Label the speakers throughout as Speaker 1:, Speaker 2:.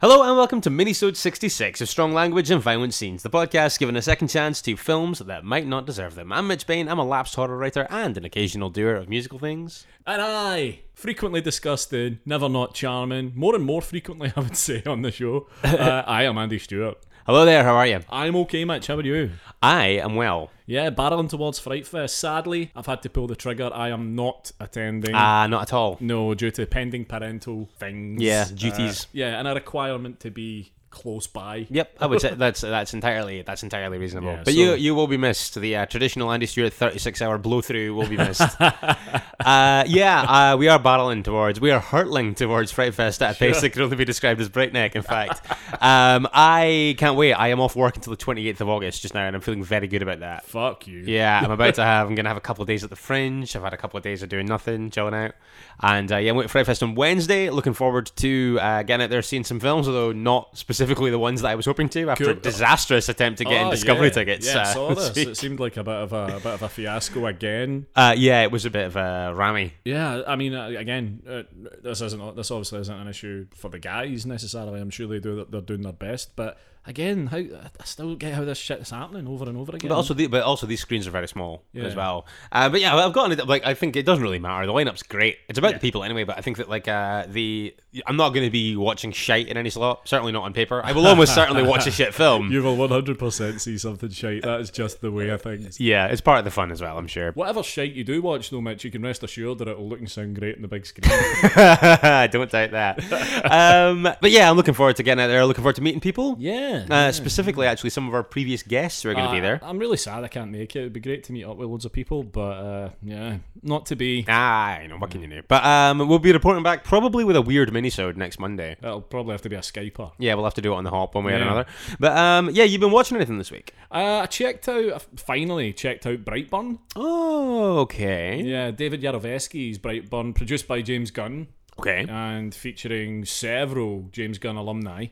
Speaker 1: Hello and welcome to Minisode 66 of Strong Language and Violent Scenes, the podcast giving a second chance to films that might not deserve them. I'm Mitch Bain, I'm a lapsed horror writer and an occasional doer of musical things.
Speaker 2: And I frequently disgusted, never not charming, more and more frequently, I would say, on the show. Uh, I am Andy Stewart.
Speaker 1: Hello there, how are you?
Speaker 2: I'm okay, Mitch. How are you?
Speaker 1: I am well.
Speaker 2: Yeah, barreling towards Fright Fest. Sadly, I've had to pull the trigger. I am not attending.
Speaker 1: Ah, not at all.
Speaker 2: no, due to pending parental things.
Speaker 1: Yeah, duties.
Speaker 2: Uh, yeah, and a requirement to be close by.
Speaker 1: Yep, I would say uh, that's that's entirely that's entirely reasonable.
Speaker 2: Yeah,
Speaker 1: but you
Speaker 2: so-
Speaker 1: you will be missed. The uh, traditional Andy Stewart 36 hour blow through will be missed. uh, yeah, uh, we are battling towards, we are hurtling towards Fright Fest at a pace that could only be described as breakneck. In fact, um, I can't wait. I am off work until the 28th of August just now, and I'm feeling very good about that.
Speaker 2: Fuck you.
Speaker 1: Yeah, I'm about to have. I'm gonna have a couple of days at the fringe. I've had a couple of days of doing nothing, chilling out, and uh, yeah, I'm waiting for Fest on Wednesday. Looking forward to uh, getting out there, seeing some films, although not specifically the ones that I was hoping to after a
Speaker 2: Cool.
Speaker 1: disastrous attempt to get in
Speaker 2: Oh,
Speaker 1: Discovery
Speaker 2: yeah.
Speaker 1: tickets.
Speaker 2: Yeah, I
Speaker 1: uh,
Speaker 2: saw
Speaker 1: this
Speaker 2: this.
Speaker 1: week.
Speaker 2: It seemed like a bit of a, a bit of a fiasco again.
Speaker 1: Uh, yeah, it was a bit of a rammy.
Speaker 2: Yeah, I mean, uh, again, uh, this isn't this obviously isn't an issue for the guys necessarily. I'm sure they do they're doing their best, but again, how I still don't get how this shit is happening over and over again.
Speaker 1: But also, the, but also, these screens are very small as
Speaker 2: Yeah.
Speaker 1: well. Uh, but yeah, I've gotten it. Like, I think it doesn't really matter. The lineup's great. It's about the people anyway. But I think that like uh, the I'm not going to be watching shite in any slot. Certainly not on paper. I will almost certainly watch a shit film.
Speaker 2: you will 100% see something shite. That is just the way of things.
Speaker 1: Yeah, it's part of the fun as well, I'm sure.
Speaker 2: Whatever shite you do watch, though, Mitch, you can rest assured that it'll look and sound great on the big screen.
Speaker 1: I don't doubt that. um, but yeah, I'm looking forward to getting out there. Looking forward to meeting people.
Speaker 2: yeah. Ah.
Speaker 1: Uh, specifically, actually, some of our previous guests who are going to be there.
Speaker 2: I'm really sad I can't make it. It'd be great to meet up with loads of people, but uh, yeah, not to be.
Speaker 1: Ah, you know, what can you do? But um, we'll be reporting back probably with a weird minisode next Monday.
Speaker 2: It'll probably have to be a Skyper.
Speaker 1: Yeah, we'll have to do it on the hop one way or
Speaker 2: Yeah.
Speaker 1: another. But um, yeah, you've been watching anything this week?
Speaker 2: Uh, I checked out, I finally checked out Brightburn.
Speaker 1: Oh, okay.
Speaker 2: Yeah, David Yarovesky's Brightburn, produced by James Gunn
Speaker 1: Okay.
Speaker 2: and featuring several James Gunn alumni.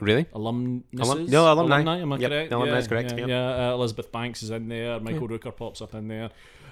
Speaker 1: Really?
Speaker 2: Alumnuses?
Speaker 1: Alum- no, alumni.
Speaker 2: am I
Speaker 1: Yep,
Speaker 2: correct?
Speaker 1: the alumni is correct,
Speaker 2: Yeah,
Speaker 1: yep. Eh.
Speaker 2: yeah, uh, Elizabeth Banks is in there. Michael Rooker pops up in there.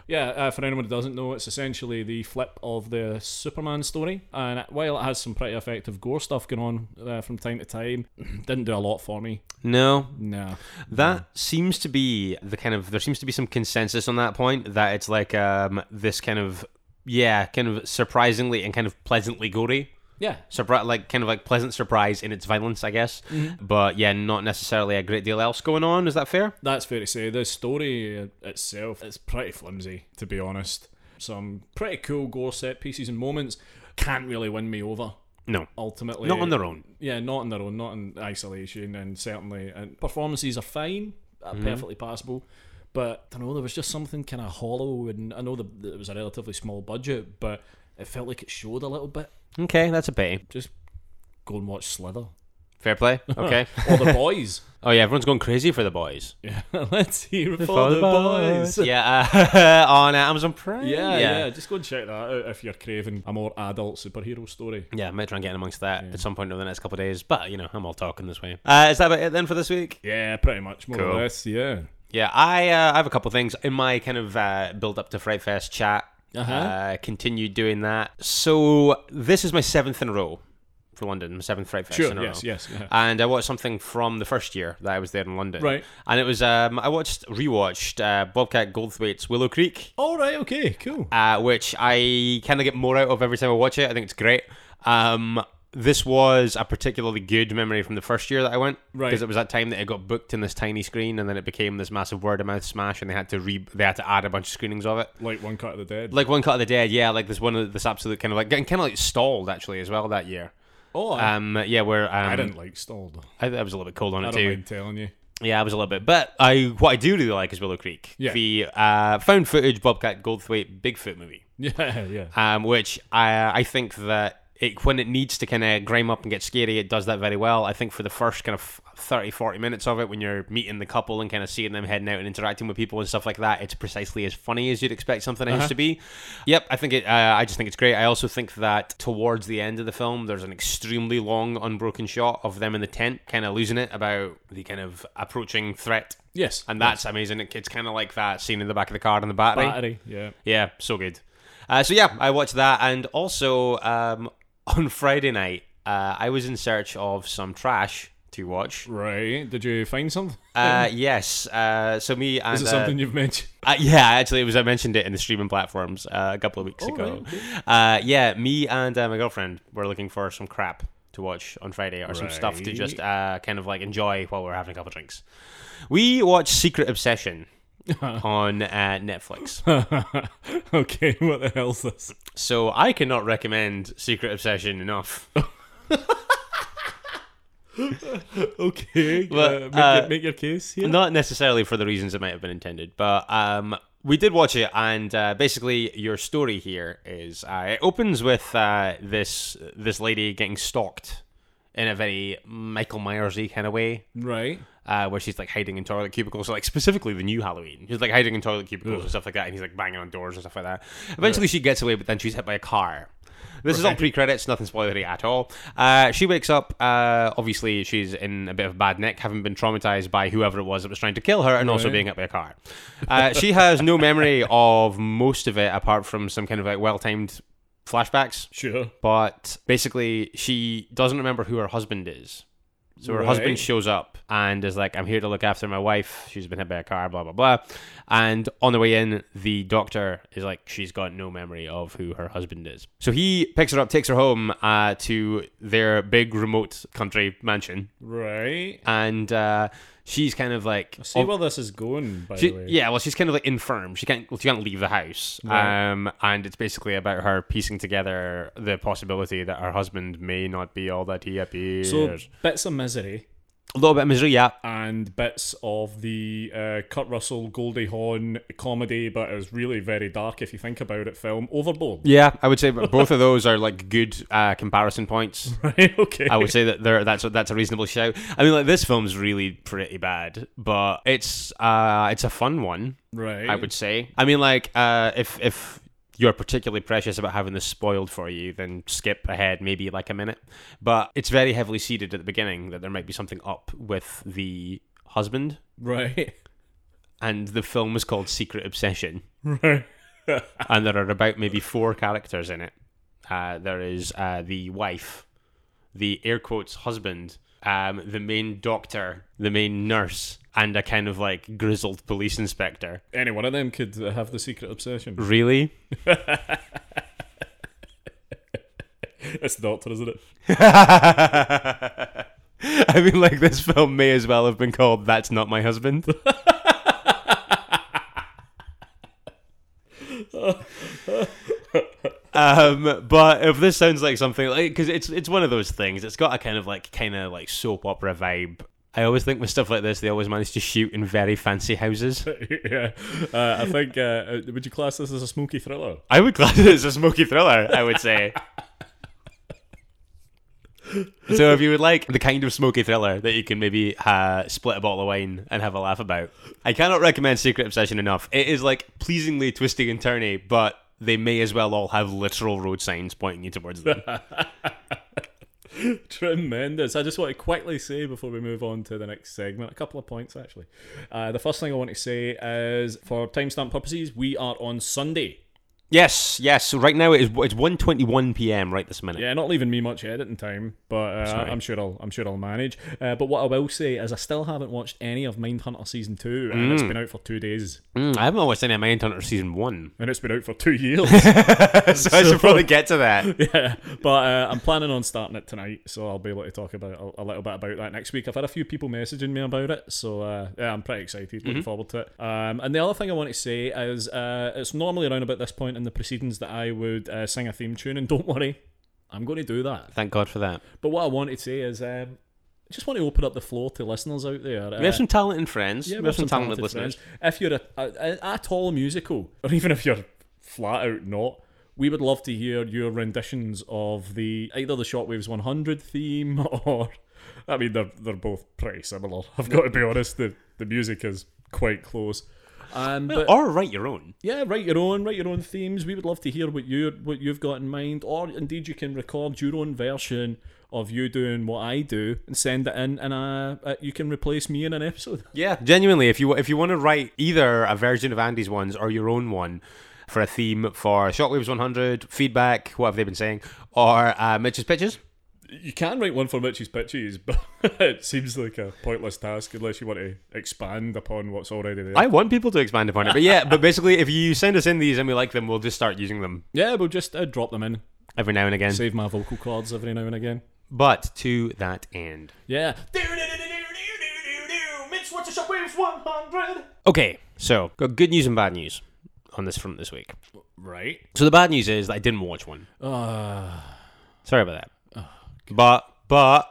Speaker 2: Yeah, uh, for anyone who doesn't know, it's essentially the flip of the Superman story. And while it has some pretty effective gore stuff going on uh, from time to time, didn't do a lot for me.
Speaker 1: No,
Speaker 2: No.
Speaker 1: That seems to be the kind of there seems to be some consensus on that point that it's like um this kind of yeah kind of surprisingly and kind of pleasantly gory
Speaker 2: Yeah,
Speaker 1: surprise like kind of like pleasant surprise in its violence I guess
Speaker 2: Mm-hmm.
Speaker 1: but yeah not necessarily a great deal else going on is that fair
Speaker 2: that's fair to say. The story itself is pretty flimsy, to be honest. Some pretty cool gore set pieces and moments can't really win me over.
Speaker 1: no
Speaker 2: Ultimately,
Speaker 1: not on their own
Speaker 2: Yeah, not on their own, not in isolation, and certainly and performances are fine, uh,
Speaker 1: Mhm.
Speaker 2: perfectly passable. But I don't know, there was just something kind of hollow, and I know the, that it was a relatively small budget, but it felt like it showed a little bit.
Speaker 1: okay that's a pity
Speaker 2: Just go and watch Slither
Speaker 1: fair play okay
Speaker 2: or The Boys.
Speaker 1: oh yeah everyone's going crazy for the boys
Speaker 2: Yeah, let's hear it for The Boys.
Speaker 1: yeah uh, on uh, Amazon Prime
Speaker 2: Yeah, yeah, Just go and check that out if you're craving a more adult superhero story.
Speaker 1: Yeah, I might try and get in amongst that at some point over the next couple of days. But you know, I'm all talking this way. Uh, is that about it then for this week?
Speaker 2: Yeah, pretty much more
Speaker 1: Cool.
Speaker 2: or less. Yeah.
Speaker 1: Yeah, I uh, I have a couple things in my kind of uh, build up to Fright Fest chat.
Speaker 2: Uh-huh.
Speaker 1: Uh, continued doing that. So this is my seventh in a row for London. My seventh Fright Fest
Speaker 2: Sure.
Speaker 1: in a
Speaker 2: Yes.
Speaker 1: row.
Speaker 2: Yes. yeah.
Speaker 1: And I watched something from the first year that I was there in London.
Speaker 2: Right.
Speaker 1: And it was um, I watched rewatched uh, Bobcat Goldthwait's Willow Creek
Speaker 2: All right. Okay. Cool.
Speaker 1: uh, which I kind of get more out of every time I watch it. I think it's great. Um, this was a particularly good memory from the first year that I went,
Speaker 2: Right.
Speaker 1: Because it was that time that it got booked in this tiny screen, and then it became this massive word of mouth smash, and they had to re they had to add a bunch of screenings of it.
Speaker 2: Like one cut of the dead.
Speaker 1: Like one cut of the dead, yeah. Like this one, of this absolute kind of like kind of like stalled actually as well that year.
Speaker 2: oh, I-
Speaker 1: Um, yeah, where um,
Speaker 2: I didn't like stalled.
Speaker 1: I, I was a little bit cold on
Speaker 2: I
Speaker 1: it
Speaker 2: don't
Speaker 1: too.
Speaker 2: mind telling you.
Speaker 1: Yeah, I was a little bit. But I what I do really like is Willow Creek.
Speaker 2: Yeah.
Speaker 1: The uh, found footage Bobcat Goldthwait Bigfoot movie,
Speaker 2: Yeah, yeah.
Speaker 1: um, which I I think that it when it needs to kind of grime up and get scary, it does that very well. I think for the first kind of 30, 40 minutes of it, when you're meeting the couple and kind of seeing them heading out and interacting with people and stuff like that, it's precisely as funny as you'd expect something else to be. Yep, I think it. Uh, I just think it's great. I also think that towards the end of the film, there's an extremely long unbroken shot of them in the tent, kind of losing it about the kind of approaching threat
Speaker 2: Yes.
Speaker 1: and that's amazing. It- It's kind of like that scene in the back of the car in the battery.
Speaker 2: Battery. Yeah.
Speaker 1: Yeah, so good. Uh, so yeah, I watched that, and also um, on Friday night, uh, I was in search of some trash to watch.
Speaker 2: Right. Did you find something?
Speaker 1: Uh, yes, uh, so me and
Speaker 2: Is it
Speaker 1: uh,
Speaker 2: something you've mentioned?
Speaker 1: uh, yeah, actually, it was I mentioned it in the streaming platforms uh, a couple of
Speaker 2: Oh,
Speaker 1: weeks ago. Uh, yeah, me and uh, my girlfriend were looking for some crap to watch on Friday or some stuff to just uh, kind of like enjoy while we are having a couple of drinks. We watched Secret Obsession on uh, Netflix.
Speaker 2: okay. What the hell's this?
Speaker 1: So I cannot recommend Secret Obsession enough.
Speaker 2: Okay.
Speaker 1: Well,
Speaker 2: uh, make,
Speaker 1: uh,
Speaker 2: your, make your case here.
Speaker 1: Not necessarily for the reasons it might have been intended, but um, we did watch it, and uh, basically your story here is uh, it opens with uh, this this lady getting stalked in a very Michael Myersy kind of way.
Speaker 2: Right.
Speaker 1: uh, where she's like hiding in toilet cubicles, so, like specifically the new Halloween. She's like hiding in toilet cubicles and stuff like that, and he's like banging on doors and stuff like that. Eventually, she gets away, but then she's hit by a car. This is all pre-credits, nothing spoilery at all. Uh, she wakes up. Uh, obviously, she's in a bit of bad nick, having been traumatized by whoever it was that was trying to kill her, and also
Speaker 2: Right.
Speaker 1: being hit by a car. Uh, she has no memory of most of it, apart from some kind of like well-timed flashbacks
Speaker 2: Sure.
Speaker 1: but basically she doesn't remember who her husband is. So her husband
Speaker 2: Right.
Speaker 1: shows up and is like, "I'm here to look after my wife. She's been hit by a car, blah blah blah." And on the way in, the doctor is like, "She's got no memory of who her husband is." So he picks her up, takes her home uh, to their big remote country mansion,
Speaker 2: Right.
Speaker 1: and uh, she's kind of like,
Speaker 2: See where this is going, by
Speaker 1: she-
Speaker 2: the way.
Speaker 1: Oh. yeah, well, she's kind of like infirm. She can't she can't leave the house. Um, and it's basically about her piecing together the possibility that her husband may not be all that he appears.
Speaker 2: So bits of misery
Speaker 1: a little bit of misery, yeah.
Speaker 2: and bits of the uh, Kurt Russell, Goldie Hawn comedy, but it was really very dark if you think about it. Film Overboard.
Speaker 1: Yeah, I would say that both of those are like good uh, comparison points.
Speaker 2: Right. Okay.
Speaker 1: I would say that there that's a, that's a reasonable shout. I mean, like this film's really pretty bad, but it's uh it's a fun one.
Speaker 2: right.
Speaker 1: I would say. I mean, like, uh, if if you're particularly precious about having this spoiled for you, then skip ahead maybe like a minute. But it's very heavily seeded at the beginning that there might be something up with the husband,
Speaker 2: Right.
Speaker 1: and the film is called Secret Obsession,
Speaker 2: Right.
Speaker 1: and there are about maybe four characters in it. Uh, there is uh, the wife, the air quotes husband, um, the main doctor, the main nurse, and a kind of like grizzled police inspector.
Speaker 2: Any one of them could uh, have the secret obsession.
Speaker 1: Really?
Speaker 2: It's the doctor, isn't it?
Speaker 1: I mean, like, this film may as well have been called That's Not My Husband. um, but if this sounds like something, like, because it's, it's one of those things, it's got a kind of like, kind of like soap opera vibe. I always think with stuff like this, they always manage to shoot in very fancy houses.
Speaker 2: yeah. Uh, I think. Uh, uh, would you class this as a smoky thriller?
Speaker 1: I would class it as a smoky thriller, I would say. so if you would like the kind of smoky thriller that you can maybe uh, split a bottle of wine and have a laugh about, I cannot recommend Secret Obsession enough. It is like pleasingly twisty and turny, but they may as well all have literal road signs pointing you towards them.
Speaker 2: Tremendous. I just want to quickly say before we move on to the next segment, a couple of points actually. Uh, the first thing I want to say is for timestamp purposes, we are on Sunday.
Speaker 1: yes, yes. So right now it is it's 1.21 p.m. right this minute.
Speaker 2: Yeah, not leaving me much editing time, but uh, I'm sure I'll I'm sure I'll manage. Uh, but what I will say is I still haven't watched any of Mindhunter season two, and it's been out for two days,
Speaker 1: Mm, I haven't watched any of Mindhunter season one,
Speaker 2: and it's been out for two years.
Speaker 1: so, I should probably get to that.
Speaker 2: yeah, but uh, I'm planning on starting it tonight, so I'll be able to talk about a, a little bit about that next week. I've had a few people messaging me about it, so uh, yeah, I'm pretty excited, looking forward to it. Um, and the other thing I want to say is, uh, it's normally around about this point in the proceedings that I would uh, sing a theme tune, and don't worry, I'm going to do that.
Speaker 1: Thank God for that.
Speaker 2: But what I wanted to say is, um, I just want to open up the floor to listeners out there. Uh,
Speaker 1: We have some talent in friends. we have some, talented, listeners.
Speaker 2: If you're a, a, a, at all musical, or even if you're flat out not, we would love to hear your renditions of the either the Shortwaves 100 theme or. I mean, they're they're both pretty similar. I've got to be honest. The the music is quite close. Um, but
Speaker 1: Or write your own.
Speaker 2: yeah, write your own, write your own themes. We would love to hear what you what you've got in mind, or indeed you can record your own version of you doing what I do and send it in, and uh, uh, you can replace me in an episode.
Speaker 1: Yeah, genuinely, if you if you want to write either a version of Andy's ones or your own one for a theme for Shockwaves 100, feedback, what have they been saying, or uh, Mitch's pitches,
Speaker 2: You can write one for Mitch's pitches, but it seems like a pointless task unless you want to expand upon what's already there.
Speaker 1: I want people to expand upon it. But yeah, but basically, if you send us in these and we like them, we'll just start using them
Speaker 2: yeah, we'll just uh, drop them in.
Speaker 1: every now and again.
Speaker 2: Save my vocal cords every now and again.
Speaker 1: But to that end,
Speaker 2: Yeah.
Speaker 1: okay, so got good news and bad news on this front this week.
Speaker 2: Right.
Speaker 1: So the bad news is that I didn't watch one.
Speaker 2: Uh,
Speaker 1: Sorry about that.
Speaker 2: Oh,
Speaker 1: but but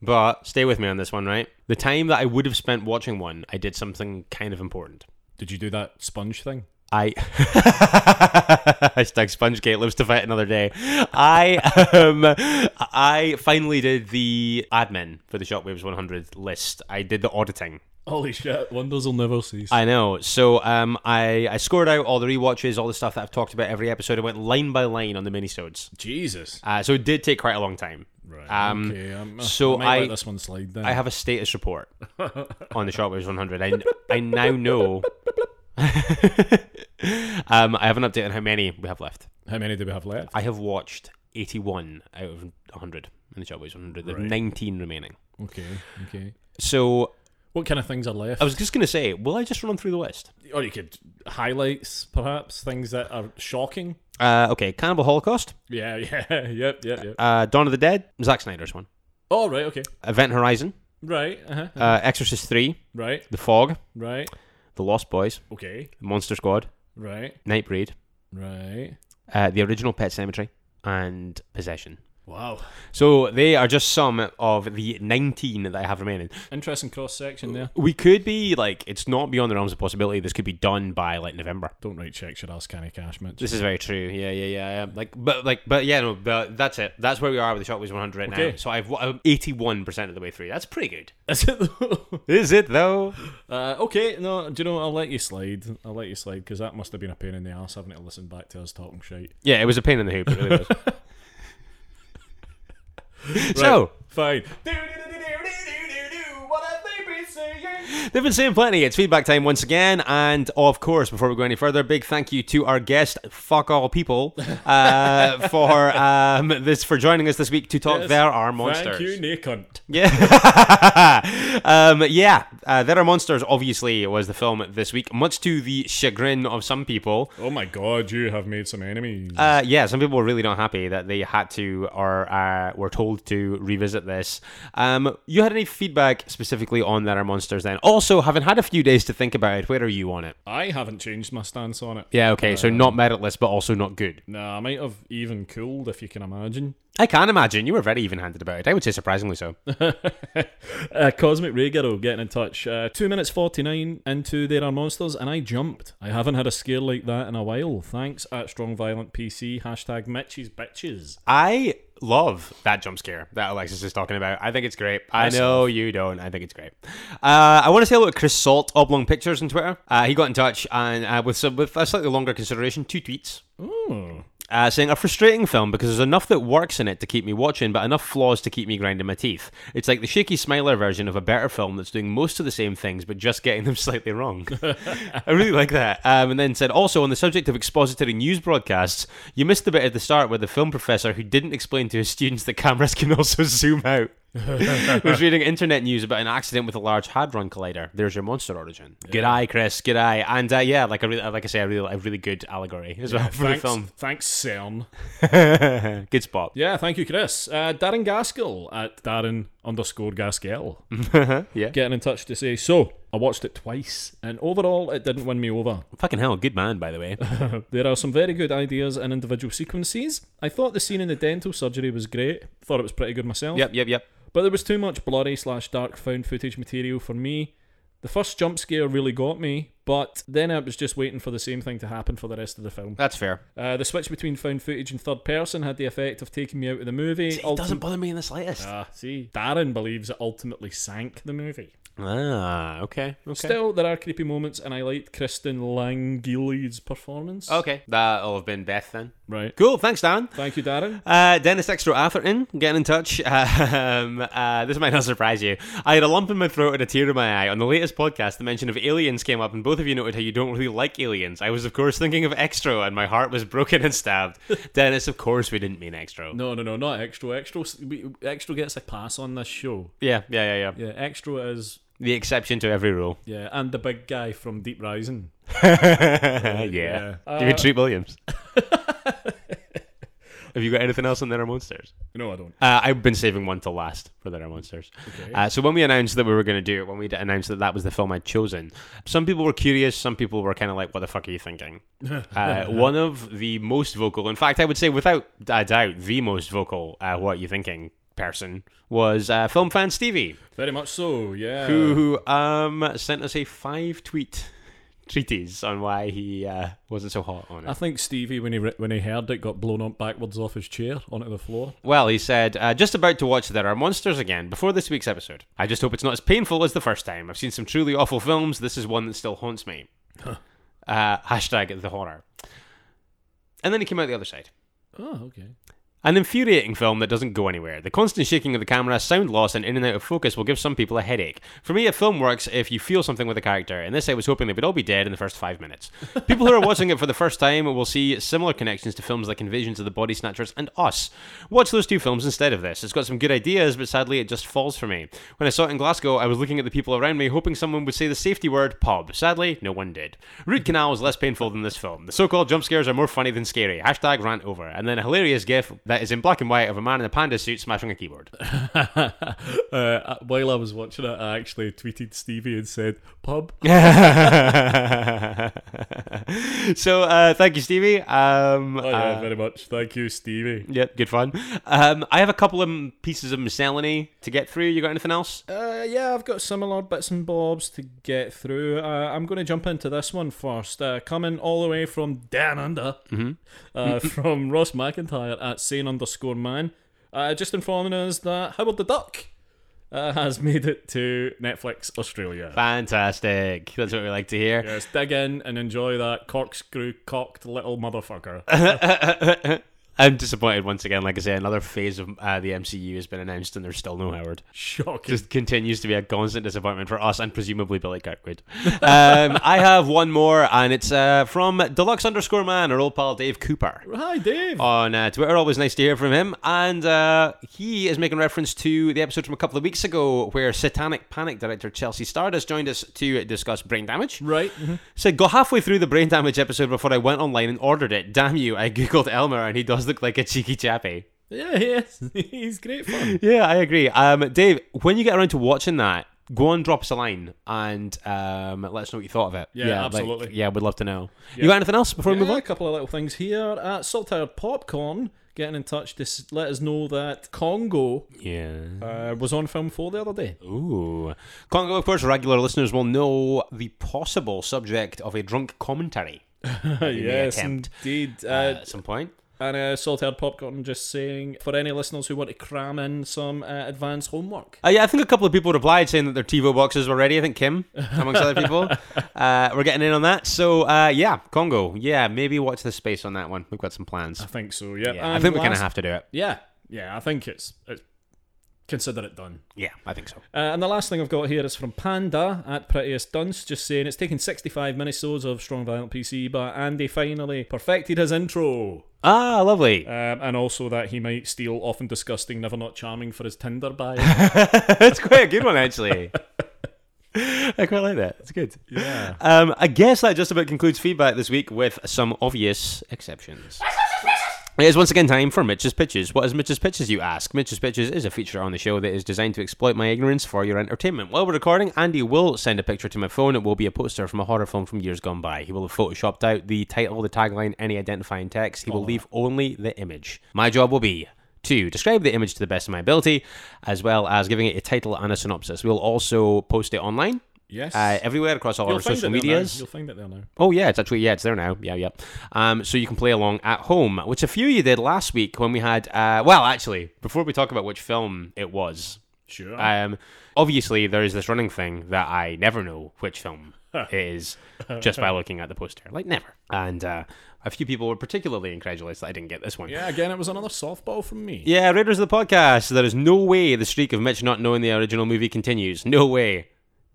Speaker 1: but stay with me on this one, right? The time that I would have spent watching one, I did something kind of important.
Speaker 2: did you do that sponge thing?
Speaker 1: I hashtag SpongeGate lives to fight another day. I um, I finally did the admin for the Shockwaves 100 list. I did the auditing.
Speaker 2: Holy shit! Wonders will never cease.
Speaker 1: I know. So um, I I scored out all the rewatches, all the stuff that I've talked about every episode. I went line by line on the minisodes.
Speaker 2: Jesus.
Speaker 1: Uh, so it did take quite a long time.
Speaker 2: Right.
Speaker 1: Um,
Speaker 2: okay. I'm,
Speaker 1: so
Speaker 2: I, might
Speaker 1: I-
Speaker 2: let this one slide then.
Speaker 1: I have a status report on the Shortwaves 100. I, I now know. um, I have an update on how many we have left.
Speaker 2: How many do we have left?
Speaker 1: I have watched 81 out of 100 in the Shortwaves 100. There are 19 remaining.
Speaker 2: Okay. Okay.
Speaker 1: So
Speaker 2: What kind of things are left?
Speaker 1: I was just going to say, will I just run through the list?
Speaker 2: or you could highlights, perhaps things that are shocking.
Speaker 1: Uh, okay, Cannibal Holocaust,
Speaker 2: Yeah. Yeah. Yep. Yep. Yep.
Speaker 1: uh, Dawn of the Dead, Zack Snyder's one,
Speaker 2: All right. Okay.
Speaker 1: Event Horizon,
Speaker 2: Right. Uh-huh.
Speaker 1: uh, Exorcist 3,
Speaker 2: Right.
Speaker 1: The Fog,
Speaker 2: Right.
Speaker 1: The Lost Boys,
Speaker 2: Okay.
Speaker 1: Monster Squad,
Speaker 2: Right.
Speaker 1: Nightbreed,
Speaker 2: Right.
Speaker 1: uh, the original Pet Cemetery, and Possession.
Speaker 2: Wow.
Speaker 1: So they are just some of the 19 that I have remaining.
Speaker 2: Interesting cross section there.
Speaker 1: We could be like, it's not beyond the realms of possibility. This could be done by like November.
Speaker 2: Don't write checks your ass, canny cash, Mitch.
Speaker 1: This is very true. Yeah, yeah, yeah. Um, Like, but like, but yeah, no. But that's it. That's where we are with the Shotways 100 right now.
Speaker 2: Okay.
Speaker 1: So I've I'm 81 percent of the way through. That's pretty good.
Speaker 2: Is it though?
Speaker 1: Is it though?
Speaker 2: Uh, okay, no, do you know, I'll let you slide. I'll let you slide because that must have been a pain in the ass having to listen back to us talking shite.
Speaker 1: Yeah, it was a pain in the hoop. It really was. So
Speaker 2: Fine.
Speaker 1: They've been saying plenty. It's feedback time once again. And of course, before we go any further, big thank you to our guest, fuck all people, uh, for um, this for joining us this week to talk.
Speaker 2: Yes.
Speaker 1: Oh, There are monsters.
Speaker 2: Thank you, nay cunt.
Speaker 1: Yeah. um, yeah. Uh, there are monsters. Obviously, was the film this week, much to the chagrin of some people.
Speaker 2: Oh my god, you have made some enemies.
Speaker 1: Uh, yeah, some people were really not happy that they had to or uh, were told to revisit this. Um, you had any feedback specifically on There Are Monsters then? Also, having had a few days to think about it, where are you on it? Uh,
Speaker 2: I haven't changed my stance on it.
Speaker 1: Yeah, okay, so not meritless, but also not good.
Speaker 2: Nah, I might have even cooled if you can imagine.
Speaker 1: I can imagine. You were very even handed about it. I would say surprisingly so.
Speaker 2: Uh, Cosmic Ray Girl getting in touch. Uh, two minutes 49 into There Are Monsters, and I jumped. I haven't had a scare like that in a while. Thanks at Strong Violent PC. Hashtag Mitch's Bitches.
Speaker 1: I love that jump scare that Alexis is talking about. I think it's great. I know you don't. I think it's great. Uh, I want to say hello to Chris Salt, Oblong Pictures on Twitter. Uh, he got in touch and uh, with some, with a slightly longer consideration, two tweets.
Speaker 2: Ooh.
Speaker 1: Uh, saying a frustrating film because there's enough that works in it to keep me watching, but enough flaws to keep me grinding my teeth. It's like the shaky Smiler version of a better film that's doing most of the same things but just getting them slightly wrong. I really like that. Um, and then said also on the subject of expository news broadcasts, you missed the bit at the start where the film professor who didn't explain to his students that cameras can also zoom out. was reading internet news about an accident with a large hadron collider. There's your monster origin. Good eye, Chris. Good eye. And uh, yeah, like I really, like I say, I really, a really good allegory as well for the
Speaker 2: Thanks,
Speaker 1: film.
Speaker 2: thanks, CERN.
Speaker 1: Good spot.
Speaker 2: Yeah, thank you, Chris. Uh, Darren Gaskell at Darren underscore Gaskell
Speaker 1: yeah.
Speaker 2: getting in touch to say, so I watched it twice, and overall it didn't win me over.
Speaker 1: Fucking hell, good man, by the way.
Speaker 2: There are some very good ideas and individual sequences. I thought the scene in the dental surgery was great. Thought it was pretty good myself.
Speaker 1: yep, yep, yep.
Speaker 2: But there was too much blurry slash dark found footage material for me. The first jump scare really got me, but then I was just waiting for the same thing to happen for the rest of the film.
Speaker 1: That's fair.
Speaker 2: Uh, the switch between found footage and third person had the effect of taking me out of the movie.
Speaker 1: It doesn't bother me in the slightest.
Speaker 2: Ah, see, Darren believes it ultimately sank the movie.
Speaker 1: ah, okay. Okay.
Speaker 2: Still, there are creepy moments, and I liked Kristen Langilly's performance.
Speaker 1: okay. That'll have been Beth then.
Speaker 2: Right.
Speaker 1: Cool. Thanks, Dan.
Speaker 2: Thank you, Darren.
Speaker 1: Uh, Dennis Extra Atherton, getting in touch. Um, uh, this might not surprise you. I had a lump in my throat and a tear in my eye. On the latest podcast, the mention of aliens came up, and both of you noted how you don't really like aliens. I was, of course, thinking of Extra, and my heart was broken and stabbed. Dennis, of course, we didn't mean Extra.
Speaker 2: No, no, no, not extra. Extra, we, extra gets a pass on this show.
Speaker 1: Yeah, yeah, yeah, yeah.
Speaker 2: Yeah, extra is
Speaker 1: The exception to every rule.
Speaker 2: yeah, and the big guy from Deep Rising.
Speaker 1: yeah. David Treat Williams. Have you got anything else on there are monsters?
Speaker 2: No, I don't.
Speaker 1: Uh, I've been saving one till last for the Monsters. Uh, so when we announced that we were going to do it, when we d- announced that that was the film I'd chosen, some people were curious. Some people were kind of like, "What the fuck are you thinking?" Uh, one of the most vocal, in fact, I would say without a doubt, the most vocal. Uh, what are you thinking? Person was uh, film fan Stevie,
Speaker 2: Very much so. Yeah.
Speaker 1: who um, sent us a five tweet treatise on why he uh, wasn't so hot on it.
Speaker 2: I think Stevie, when he re- when he heard it, got blown up backwards off his chair onto the floor.
Speaker 1: Well, he said, uh, just about to watch There Are Monsters again before this week's episode. I just hope it's not as painful as the first time. I've seen some truly awful films. This is one that still haunts me. Uh, hashtag the horror. And then he came out the other side.
Speaker 2: Oh, okay.
Speaker 1: An infuriating film that doesn't go anywhere. The constant shaking of the camera, sound loss, and in and out of focus will give some people a headache. For me, a film works if you feel something with a character, and this I was hoping they would all be dead in the first five minutes. People who are watching it for the first time will see similar connections to films like Invasions of the Body Snatchers and Us. Watch those two films instead of this. It's got some good ideas, but sadly it just falls for me. When I saw it in Glasgow, I was looking at the people around me, hoping someone would say the safety word pub. Sadly, no one did. Root Canal was less painful than this film. The so-called jump scares are more funny than scary. Hashtag rant over. And then a hilarious gif that is in black and white of a man in a panda suit smashing a keyboard.
Speaker 2: Uh, while I was watching it, I actually tweeted Stevie and said, "Pub."
Speaker 1: so uh, thank you, Stevie. Um,
Speaker 2: Oh yeah,
Speaker 1: uh,
Speaker 2: very much. Thank you, Stevie.
Speaker 1: Yep, good fun. Um, I have a couple of m- pieces of miscellany to get through. You got anything else?
Speaker 2: Uh, yeah, I've got similar bits and bobs to get through. Uh, I'm going to jump into this one first. Uh, coming all the way from down under, uh, from Ross McIntyre at sane underscore man, uh, just informing us that Howard the Duck uh, has made it to Netflix Australia.
Speaker 1: Fantastic. That's what we like to hear.
Speaker 2: Yes, dig in and enjoy that corkscrew cocked little motherfucker.
Speaker 1: I'm disappointed once again. Like I say, another phase of uh, the MCU has been announced, and there's still no Howard.
Speaker 2: Shocking.
Speaker 1: Just continues to be a constant disappointment for us and presumably Billy Kirkwood. Um, I have one more, and it's uh, from Deluxe underscore man, our old pal Dave Cooper.
Speaker 2: Hi, Dave.
Speaker 1: on uh, Twitter. Always nice to hear from him. And uh, he is making reference to the episode from a couple of weeks ago where Satanic Panic director Chelsea Stardust joined us to discuss brain damage.
Speaker 2: right. Mm-hmm.
Speaker 1: Said, got halfway through the brain damage episode before I went online and ordered it. Damn you, I googled Elmer and he does look like a cheeky chappy.
Speaker 2: Yeah, he is. He's great fun.
Speaker 1: Yeah, I agree. Um, Dave, when you get around to watching that, go and drop us a line and um, let us know what you thought of it.
Speaker 2: Yeah,
Speaker 1: like-
Speaker 2: absolutely.
Speaker 1: yeah, we'd love to know. You got anything else before we move
Speaker 2: Yeah,
Speaker 1: on?
Speaker 2: a couple of little things here at Saltire Popcorn getting in touch to s- let us know that Congo
Speaker 1: Yeah.
Speaker 2: uh, was on film four the other day.
Speaker 1: Ooh. Congo, of course, regular listeners will know the possible subject of a drunk commentary
Speaker 2: yes,
Speaker 1: attempt.
Speaker 2: indeed. Uh,
Speaker 1: at some point.
Speaker 2: and uh, Saltire Popcorn just saying for any listeners who want to cram in some uh, advanced homework.
Speaker 1: Uh, yeah, I think a couple of people replied saying that their TiVo boxes were ready. I think Kim, amongst other people, uh, we're getting in on that. So, uh, yeah, Congo. Yeah, maybe watch the space on that one. We've got some plans.
Speaker 2: I think so. Yeah,
Speaker 1: Yeah, I
Speaker 2: And
Speaker 1: think we're going to
Speaker 2: last-
Speaker 1: have to do it.
Speaker 2: Yeah, yeah. I think it's, it's consider it done.
Speaker 1: Yeah, I think so.
Speaker 2: Uh, and the last thing I've got here is from Panda at Prettiest Dunce, just saying it's taken 65 minisodes of Strong Violent PC, but Andy finally perfected his intro.
Speaker 1: Ah, lovely.
Speaker 2: Um, and also that he might steal often disgusting, never not charming for his Tinder bio.
Speaker 1: That's quite a good one, actually. I quite like that. It's good.
Speaker 2: yeah.
Speaker 1: Um, I guess that just about concludes feedback this week with some obvious exceptions. It is once again time for Mitch's Pitches. What is Mitch's Pitches, you ask? Mitch's Pitches is a feature on the show that is designed to exploit my ignorance for your entertainment. While we're recording, Andy will send a picture to my phone. It will be a poster from a horror film from years gone by. He will have photoshopped out the title, the tagline, any identifying text. He will leave only the image. My job will be to describe the image to the best of my ability, as well as giving it a title and a synopsis. We'll also post it online.
Speaker 2: Yes.
Speaker 1: Uh, everywhere across all
Speaker 2: You'll
Speaker 1: our
Speaker 2: find
Speaker 1: social
Speaker 2: it there now.
Speaker 1: medias.
Speaker 2: You'll find it there now.
Speaker 1: Oh yeah, it's actually yeah, it's there now. Yeah, yeah. Um, so you can play along at home, which a few you did last week when we had. Uh, well, actually, before we talk about which film it was,
Speaker 2: Sure.
Speaker 1: um, obviously there is this running thing that I never know which film it is just by looking at the poster, like never. And uh, a few people were particularly incredulous that I didn't get this one.
Speaker 2: yeah, again, it was another softball from me.
Speaker 1: Yeah, Raiders of the podcast. There is no way the streak of Mitch not knowing the original movie continues. No way.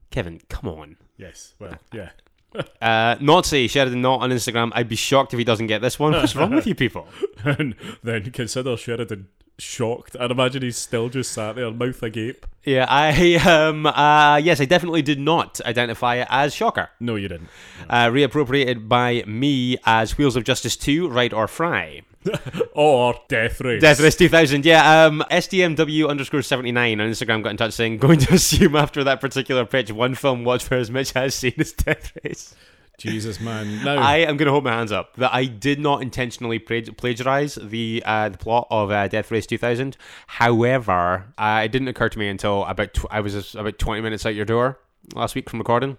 Speaker 1: Kevin, come on.
Speaker 2: Yes. Well, yeah.
Speaker 1: Uh, Nazi Sheridan not on Instagram. I'd be shocked if he doesn't get this one. What's wrong with you people?
Speaker 2: and then consider Sheridan shocked. I'd imagine he's still just sat there, mouth agape.
Speaker 1: Yeah, I um uh yes, I definitely did not identify it as Shocker.
Speaker 2: No, you didn't.
Speaker 1: Uh, reappropriated by me as Wheels of Justice 2, Ride or Fry.
Speaker 2: Or death race.
Speaker 1: Death Race 2000, yeah. Um, SDMW underscore 79 on Instagram got in touch saying, going to assume after that particular pitch, one film watch for as Mitch has seen is Death Race.
Speaker 2: Jesus, man. Now,
Speaker 1: I am going to hold my hands up that I did not intentionally plagi- plagiarize the uh, the plot of uh, Death Race 2000. However, uh, it didn't occur to me until about tw- I was just about 20 minutes out your door last week from recording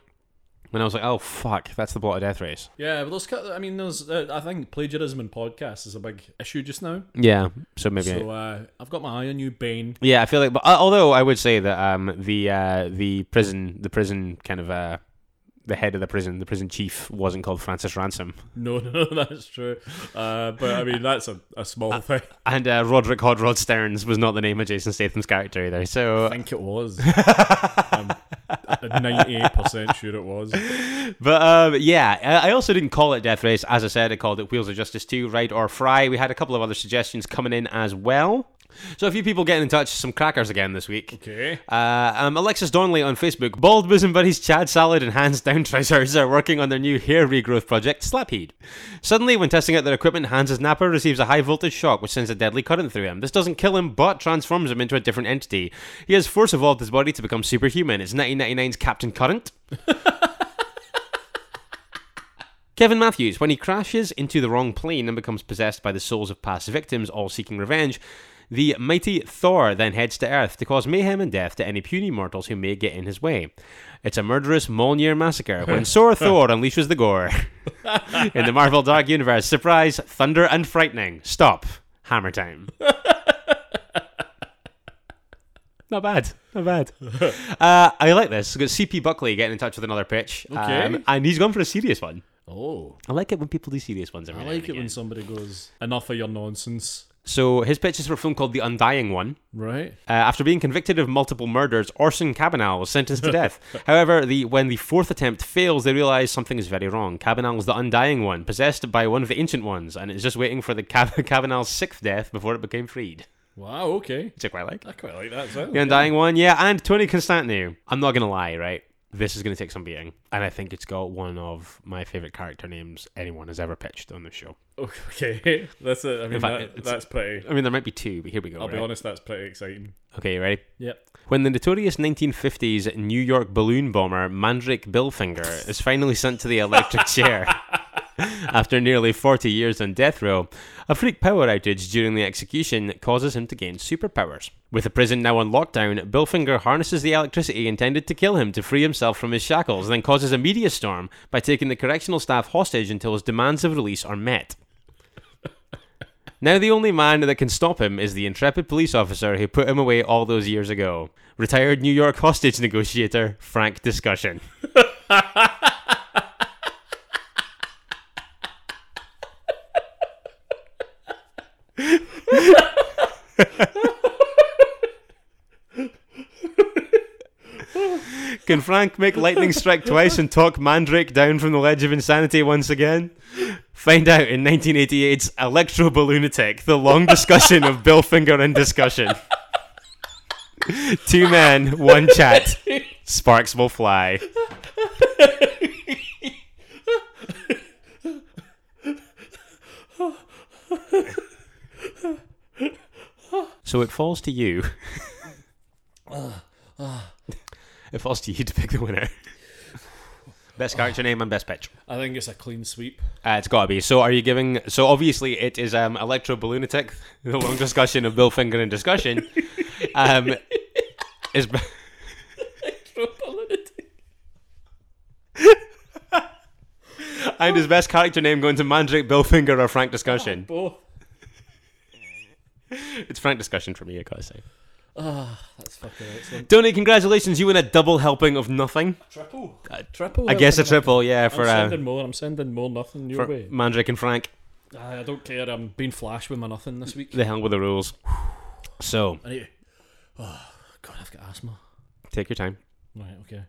Speaker 1: when I was like, oh fuck, that's the plot of Death Race.
Speaker 2: yeah, but those. ki- I mean, those. Uh, I think plagiarism in podcasts is a big issue just now.
Speaker 1: Yeah, so maybe. I-
Speaker 2: So uh, I've got my eye on you, Bane.
Speaker 1: yeah, I feel like, but uh, although I would say that um the uh, the prison the prison kind of uh the head of the prison the prison chief wasn't called Francis Ransom
Speaker 2: No, no, that's true. Uh, but I mean, that's a, a small thing.
Speaker 1: and uh, Roderick Hodrod Stearns was not the name of Jason Statham's character either. So
Speaker 2: I think it was. I'm 98% sure it was.
Speaker 1: But um, yeah, I I also didn't call it Death Race. As I said, I called it Wheels of Justice 2, Ride or Fry. We had a couple of other suggestions coming in as well. So a few people getting in touch, some crackers again this week.
Speaker 2: Okay.
Speaker 1: Uh, um, Alexis Donnelly on Facebook. Bald bosom buddies Chad Salad and Hands Down Trousers are working on their new hair regrowth project, Slapheed. Suddenly, when testing out their equipment, Hans's napper receives a high voltage shock which sends a deadly current through him. This doesn't kill him, but transforms him into a different entity. He has force evolved his body to become superhuman. It's 1999's Captain Current. Kevin Matthews, when he crashes into the wrong plane and becomes possessed by the souls of past victims, all seeking revenge, the mighty Thor then heads to Earth to cause mayhem and death to any puny mortals who may get in his way. It's a murderous Mjolnir massacre when Sore Thor unleashes the gore. in the Marvel Dark Universe, surprise, thunder, and frightening. Stop. Hammer time. Not bad. Not bad. Uh, I like this. We've got CP Buckley getting in touch with another pitch. Um,
Speaker 2: Okay.
Speaker 1: and he's gone for a serious one.
Speaker 2: Oh.
Speaker 1: I like it when people do serious ones. Every
Speaker 2: I
Speaker 1: now and
Speaker 2: like it
Speaker 1: again.
Speaker 2: when somebody goes, enough of your nonsense.
Speaker 1: So his pitch is for a film called The Undying One.
Speaker 2: Right?
Speaker 1: Uh, after being convicted of multiple murders, Orson Cabanal was sentenced to death. However, the when the fourth attempt fails, they realize something is very wrong. Cabanal is the Undying One, possessed by one of the Ancient Ones, and is just waiting for the Cab- Cabanal's sixth death before it became freed.
Speaker 2: Wow, okay.
Speaker 1: Which I quite like.
Speaker 2: I quite like that as well.
Speaker 1: The Undying One, yeah, and Tony Constantine. I'm not gonna lie, right? This is gonna take some beating, and I think it's got one of my favorite character names anyone has ever pitched on the show.
Speaker 2: Okay. That's it. I mean,
Speaker 1: fact,
Speaker 2: that,
Speaker 1: it's-
Speaker 2: that's pretty.
Speaker 1: I mean, there might be two, but here we go.
Speaker 2: I'll be
Speaker 1: right?
Speaker 2: honest, that's pretty exciting.
Speaker 1: Okay, you ready?
Speaker 2: Yep.
Speaker 1: When the notorious 1950s New York balloon bomber Mandrake Billfinger is finally sent to the electric chair after nearly 40 years on death row, a freak power outage during the execution causes him to gain superpowers. With the prison now on lockdown, Billfinger harnesses the electricity intended to kill him to free himself from his shackles, then causes a media storm by taking the correctional staff hostage until his demands of release are met. Now the only man that can stop him is the intrepid police officer who put him away all those years ago. Retired New York hostage negotiator Frank Discussion. Can Frank make lightning strike twice and talk Mandrake down from the ledge of insanity once again? Find out in 1988's Electro Balloonatic, the long discussion of Bill Finger in discussion. Two men, one chat. Sparks will fly. So it falls to you. it falls to you to pick the winner. Best character name and best pitch.
Speaker 2: I think it's a clean sweep.
Speaker 1: Uh, it's got to be. So, are you giving? So, obviously, it is um, Electro Balloonatic, the long discussion of Bill Finger in discussion. Um, is and his best character name going to Mandrake, Bill Finger, or Frank Discussion?
Speaker 2: Both. Oh.
Speaker 1: It's Frank Discussion for me. I gotta say.
Speaker 2: Ah, That's fucking excellent.
Speaker 1: Donny, congratulations! You win a double helping of nothing.
Speaker 2: Triple. triple.
Speaker 1: I guess a triple, yeah, for
Speaker 2: I'm
Speaker 1: uh,
Speaker 2: sending more. I'm sending more. Nothing your
Speaker 1: for
Speaker 2: way.
Speaker 1: Mandrake and Frank.
Speaker 2: I, I don't care. I'm being flash with my nothing this week.
Speaker 1: The hell with the rules. So,
Speaker 2: I need. Oh God, I've got asthma.
Speaker 1: take your time.
Speaker 2: Right. Okay.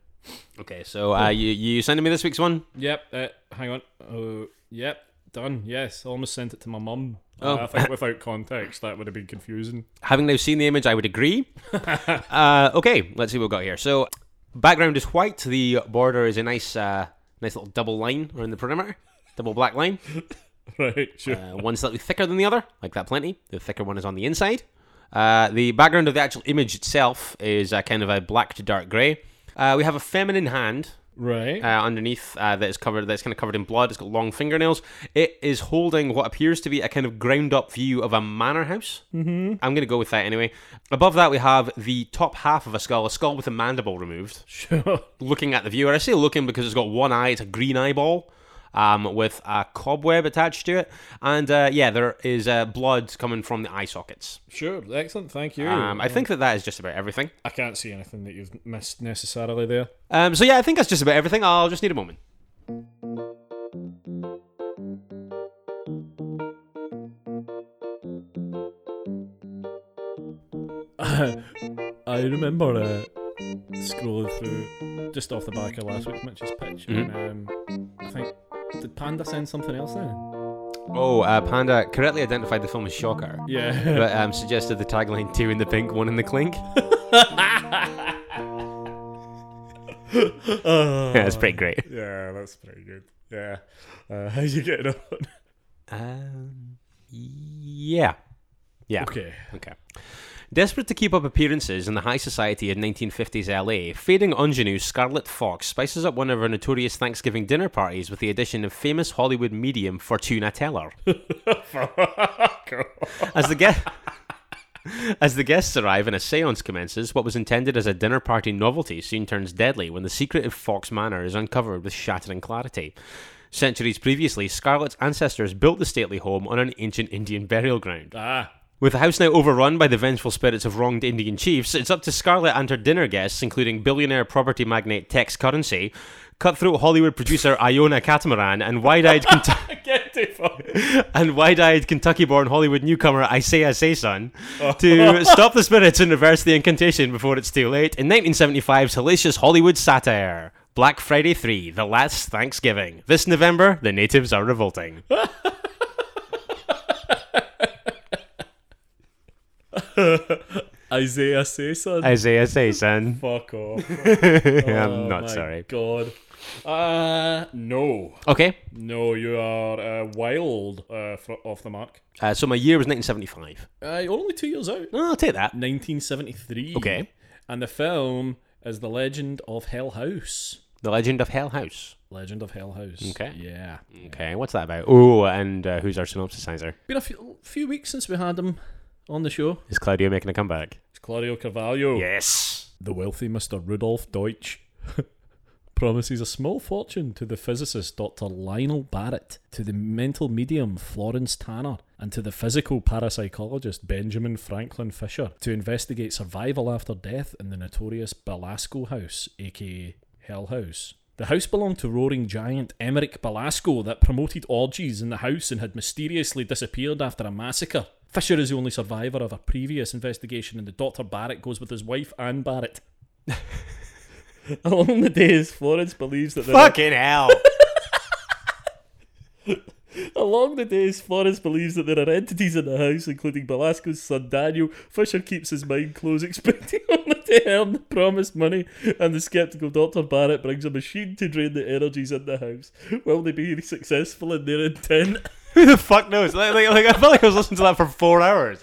Speaker 1: Okay, so uh, you you sending me this week's one?
Speaker 2: Yep. Uh, hang on. Oh, yep. Done. Yes. I almost sent it to my mum.
Speaker 1: Oh.
Speaker 2: I think without context, that would have been confusing.
Speaker 1: Having now seen the image, I would agree. uh, okay, let's see what we've got here. So, background is white. The border is a nice, uh, nice little double line around the perimeter, double black line.
Speaker 2: Right. Sure.
Speaker 1: Uh, one slightly thicker than the other, like that plenty. The thicker one is on the inside. Uh, the background of the actual image itself is uh, kind of a black to dark grey. Uh, we have a feminine hand
Speaker 2: right.
Speaker 1: uh, underneath uh, that is covered that's kind of covered in blood. It's got long fingernails. It is holding what appears to be a kind of ground up view of a manor house. Mm-hmm. I'm going to go with that anyway. Above that, we have the top half of a skull, a skull with a mandible removed,
Speaker 2: sure.
Speaker 1: looking at the viewer. I say looking because it's got one eye. It's a green eyeball. Um, with a cobweb attached to it, and uh, yeah, there is uh, blood coming from the eye sockets.
Speaker 2: Sure. Excellent. Thank you.
Speaker 1: Um, I think that that is just about everything.
Speaker 2: I can't see anything that you've missed necessarily there.
Speaker 1: Um, so yeah, I think that's just about everything. I'll just need a moment.
Speaker 2: I remember uh, scrolling through just off the back of last week's Mitch's pitch, and um, I think did Panda send something else in?
Speaker 1: Oh, uh, Panda correctly identified the film as Shocker.
Speaker 2: Yeah.
Speaker 1: but um, suggested the tagline two in the pink, one in the clink. yeah, that's pretty great.
Speaker 2: Uh, yeah, that's pretty good. Yeah. Uh, how you getting on?
Speaker 1: Um, yeah. Yeah.
Speaker 2: Okay.
Speaker 1: Okay. Desperate to keep up appearances in the high society of 1950s LA, fading ingenue Scarlett Fox spices up one of her notorious Thanksgiving dinner parties with the addition of famous Hollywood medium Fortuna Teller. as the guest. As the guests arrive and a seance commences, what was intended as a dinner party novelty soon turns deadly when the secret of Fox Manor is uncovered with shattering clarity. Centuries previously, Scarlett's ancestors built the stately home on an ancient Indian burial ground.
Speaker 2: Ah.
Speaker 1: With the house now overrun by the vengeful spirits of wronged Indian chiefs, it's up to Scarlett and her dinner guests, including billionaire property magnate Tex Currency, cutthroat Hollywood producer Iona Catamaran, and wide-eyed Kentu-
Speaker 2: Get to fuck.
Speaker 1: and wide-eyed Kentucky-born Hollywood newcomer Isaiah Sayson
Speaker 2: Oh.
Speaker 1: to stop the spirits and reverse the incantation before it's too late in 1975's hellacious Hollywood satire. Black Friday 3, The Last Thanksgiving. This November, the natives are revolting.
Speaker 2: Isaiah say something.
Speaker 1: Isaiah Sayson.
Speaker 2: Fuck off.
Speaker 1: I'm
Speaker 2: Oh
Speaker 1: not
Speaker 2: my
Speaker 1: sorry.
Speaker 2: God. Uh, no.
Speaker 1: Okay,
Speaker 2: No, you are uh, wild uh, fro- off the mark.
Speaker 1: uh, so my year was 1975.
Speaker 2: Uh, you're only two years out.
Speaker 1: No, I'll take
Speaker 2: Mm-hmm.
Speaker 1: that.
Speaker 2: 1973.
Speaker 1: Okay.
Speaker 2: And the film is The Legend of Hell House.
Speaker 1: The Legend of Hell House.
Speaker 2: Legend of Hell House.
Speaker 1: Okay.
Speaker 2: Yeah.
Speaker 1: Okay, what's that about? Oh, and uh, who's our synopsisizer?
Speaker 2: Been a few, few weeks since we had him on the show.
Speaker 1: Is Claudio making a comeback?
Speaker 2: It's Claudio Carvalho.
Speaker 1: Yes.
Speaker 2: The wealthy Mr. Rudolf Deutsch promises a small fortune to the physicist Dr. Lionel Barrett, to the mental medium Florence Tanner, and to the physical parapsychologist Benjamin Franklin Fisher to investigate survival after death in the notorious Belasco House, aka Hell House. The house belonged to roaring giant Emmerich Belasco that promoted orgies in the house and had mysteriously disappeared after a massacre. Fisher is the only survivor of a previous investigation, and the Dr. Barrett goes with his wife, Anne Barrett. Along the days, Florence believes that there are-
Speaker 1: Fucking hell.
Speaker 2: Along the days, Florence believes that there are entities in the house, including Belasco's son Daniel. Fisher keeps his mind closed, expecting only to earn the promised money, and the skeptical Dr. Barrett brings a machine to drain the energies in the house. Will they be successful in their intent?
Speaker 1: Who the fuck knows? Like, like, like, I felt like I was listening to that for four hours.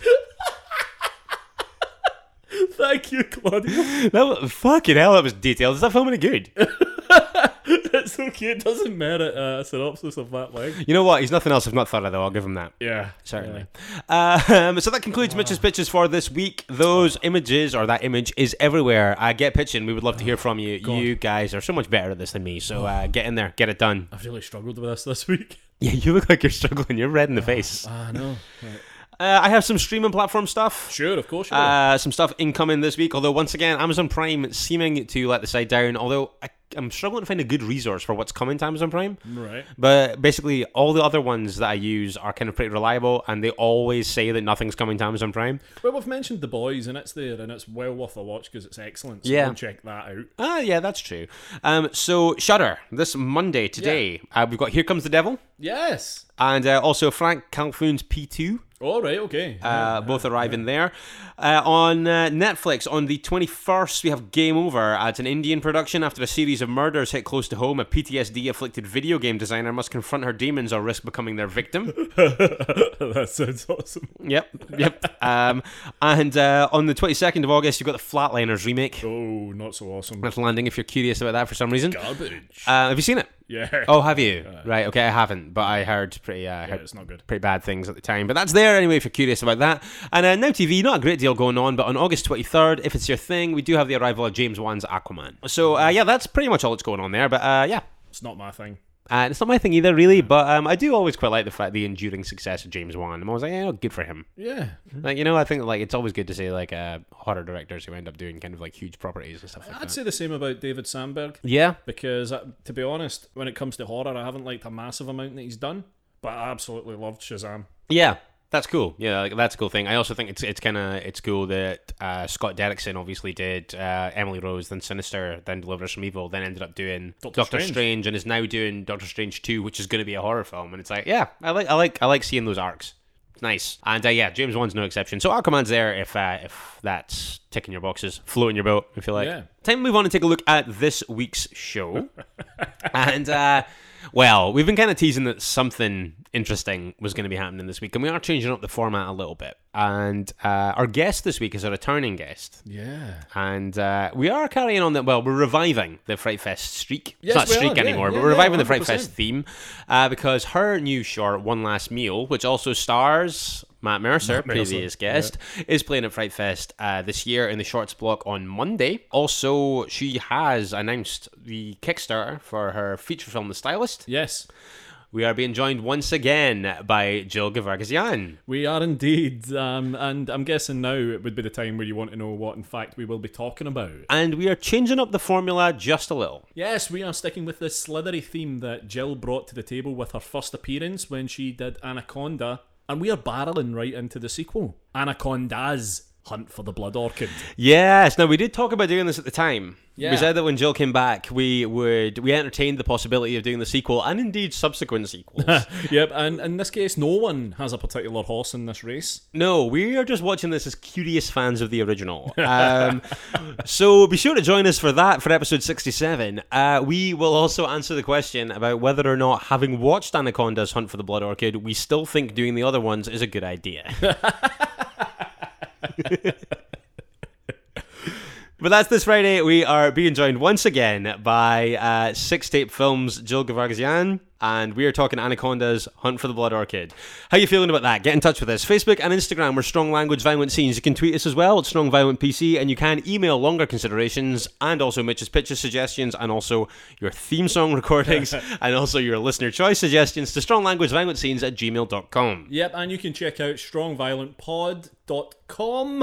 Speaker 2: Thank you, Claudia.
Speaker 1: That was, fucking hell, that was detailed. Is that film any good?
Speaker 2: It's okay. It doesn't merit a synopsis of that length.
Speaker 1: You know what? He's nothing else if not thorough, though. I'll give him that.
Speaker 2: Yeah,
Speaker 1: Certainly. Um, so that concludes Mitch's pitches for this week. Those images, or that image, is everywhere. Uh, get pitching. We would love to hear from you. You guys are so much better at this than me. So uh, get in there, get it done.
Speaker 2: I've really struggled with this this week.
Speaker 1: Yeah, you look like you're struggling. You're red in the face. Uh,
Speaker 2: I know.
Speaker 1: I have some streaming platform stuff.
Speaker 2: Sure, of course. You will.
Speaker 1: Uh, some stuff incoming this week, although once again, Amazon Prime seeming to let the side down. Although I, I'm struggling to find a good resource for what's coming to Amazon Prime.
Speaker 2: right.
Speaker 1: But basically, all the other ones that I use are kind of pretty reliable, and they always say that nothing's coming to Amazon Prime.
Speaker 2: Well, we've mentioned the boys, and it's there, and it's well worth a watch because it's excellent. So
Speaker 1: Yeah.
Speaker 2: go check that out.
Speaker 1: Ah, yeah, that's true. Um, so Shudder this Monday today, uh, we've got Here Comes the Devil,
Speaker 2: Yes.
Speaker 1: and uh, also Frank Calhoun's P2.
Speaker 2: All right. Okay.
Speaker 1: Uh, both arriving there uh, on uh, Netflix on the 21st. We have Game Over. Uh, it's an Indian production. After a series of murders hit close to home, a PTSD-afflicted video game designer must confront her demons or risk becoming their victim.
Speaker 2: that sounds awesome.
Speaker 1: Yep, yep. Um, and uh, on the 22nd of August, you've got the Flatliners remake.
Speaker 2: Oh, not so awesome.
Speaker 1: That's landing if you're curious about that for some reason.
Speaker 2: Garbage.
Speaker 1: Uh, have you seen it?
Speaker 2: yeah.
Speaker 1: Oh, have you? Right. Okay, I haven't, but I heard pretty uh,
Speaker 2: Yeah,
Speaker 1: heard
Speaker 2: it's not good.
Speaker 1: pretty bad things at the time. But that's there anyway if you're curious about that. And uh, Now TV, not a great deal going on, but on August 23rd, if it's your thing, we do have the arrival of James Wan's Aquaman. So uh, yeah, that's pretty much all that's going on there. But uh, yeah.
Speaker 2: It's not my thing.
Speaker 1: And it's not my thing either, really, but um, I do always quite like the fact the enduring success of James Wan. I'm always like, yeah, good for him.
Speaker 2: Yeah.
Speaker 1: Like you know, I think like it's always good to see like uh, horror directors who end up doing kind of like huge properties and stuff like
Speaker 2: I'd
Speaker 1: that.
Speaker 2: say the same about David Sandberg
Speaker 1: Yeah,
Speaker 2: because, uh, to be honest, when it comes to horror, I haven't liked a massive amount that he's done, but I absolutely loved Shazam.
Speaker 1: Yeah, that's cool. Yeah, like, that's a cool thing. I also think it's it's kind of it's cool that uh, Scott Derrickson obviously did uh, Emily Rose, then Sinister, then Deliver Us from Evil, then ended up doing
Speaker 2: Doctor
Speaker 1: Doctor,
Speaker 2: Strange.
Speaker 1: Strange. and is now doing Doctor Strange Two, which is going to be a horror film. And it's like, yeah, I like I like I like seeing those arcs. It's Nice. And uh, yeah, James Wan's no exception. So Aquaman's there if uh, if that's ticking your boxes, floating your boat, if you like.
Speaker 2: Yeah.
Speaker 1: Time to move on and take a look at this week's show. and uh, well, we've been kind of teasing that something interesting was going to be happening this week, and we are changing up the format a little bit. And uh, our guest this week is a returning guest,
Speaker 2: Yeah.
Speaker 1: and uh, we are carrying on that. Well, we're reviving the Fright Fest streak. it's
Speaker 2: Yes,
Speaker 1: not
Speaker 2: we
Speaker 1: streak
Speaker 2: are, yeah,
Speaker 1: anymore,
Speaker 2: yeah,
Speaker 1: but we're
Speaker 2: yeah,
Speaker 1: reviving the Fright
Speaker 2: 100%.
Speaker 1: Fest theme uh, because her new short, One Last Meal, which also stars. Matt Mercer, previous guest, is playing at Fright Fest uh, this year in the shorts block on Monday. Also, she has announced the Kickstarter for her feature film, The Stylist,
Speaker 2: Yes.
Speaker 1: we are being joined once again by Jill Gavargasyan.
Speaker 2: We are indeed. Um, and I'm guessing now it would be the time where you want to know what, in fact, we will be talking about.
Speaker 1: And we are changing up the formula just a little.
Speaker 2: Yes, we are sticking with the slithery theme that Jill brought to the table with her first appearance when she did Anaconda, and we are barreling right into the sequel Anaconda's Hunt for the Blood Orchid.
Speaker 1: Yes, now we did talk about doing this at the time.
Speaker 2: Yeah.
Speaker 1: We said that when Jill came back, we would we entertained the possibility of doing the sequel and indeed subsequent sequels.
Speaker 2: yep, and in this case, no one has a particular horse in this race.
Speaker 1: no, we are just watching this as curious fans of the original. Um, so be sure to join us for that for episode 67. Uh, we will also answer the question about whether or not, having watched Anaconda's Hunt for the Blood Orchid, we still think doing the other ones is a good idea. But that's this Friday. We are being joined once again by uh, Six Tape Films' Jill Gavargasyan, and we are talking Anaconda's Hunt for the Blood Orchid. How you feeling about that? Get in touch with us. Facebook and Instagram are Strong Language Violent Scenes. You can tweet us as well at Strong Violent PC, and you can email longer considerations and also Mitch's picture suggestions and also your theme song recordings and also your listener choice suggestions to stronglanguageviolentscenes at gmail.com.
Speaker 2: Yep, and you can check out strongviolentpod.com.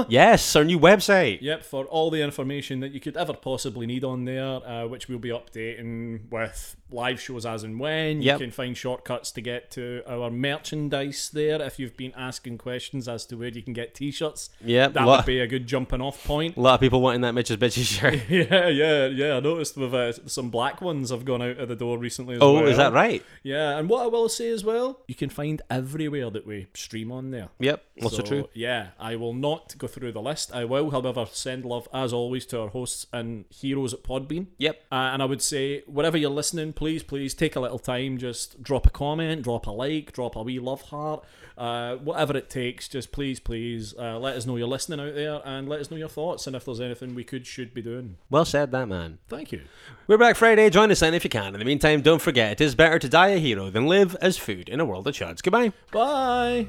Speaker 1: Yes, our new website.
Speaker 2: Yep, for all the information that you could ever possibly need on there, uh, which we'll be updating with live shows as and when.
Speaker 1: Yep.
Speaker 2: You can find shortcuts to get to our merchandise there if you've been asking questions as to where you can get t shirts.
Speaker 1: Yep,
Speaker 2: That
Speaker 1: lo-
Speaker 2: would be a good jumping off point.
Speaker 1: A lot of people wanting that Mitch's Bitches shirt.
Speaker 2: yeah, yeah, yeah. I noticed with uh, some black ones have gone out of the door recently as
Speaker 1: Oh,
Speaker 2: well.
Speaker 1: is that right?
Speaker 2: Yeah, and what I will say as well, you can find everywhere that we stream on there.
Speaker 1: Yep, also
Speaker 2: so,
Speaker 1: true.
Speaker 2: Yeah, I will not go through the list. I will, however, send love as always to our hosts and heroes at Podbean.
Speaker 1: Yep.
Speaker 2: Uh, and I would say, wherever you're listening, please, please take a little time. Just drop a comment, drop a like, drop a wee love heart, uh, whatever it takes. Just please, please uh, let us know you're listening out there and let us know your thoughts and if there's anything we could, should be doing.
Speaker 1: Well said, that man.
Speaker 2: Thank you.
Speaker 1: We're back Friday. Join us then if you can. In the meantime, don't forget it is better to die a hero than live as food in a world of chuds. Goodbye.
Speaker 2: Bye.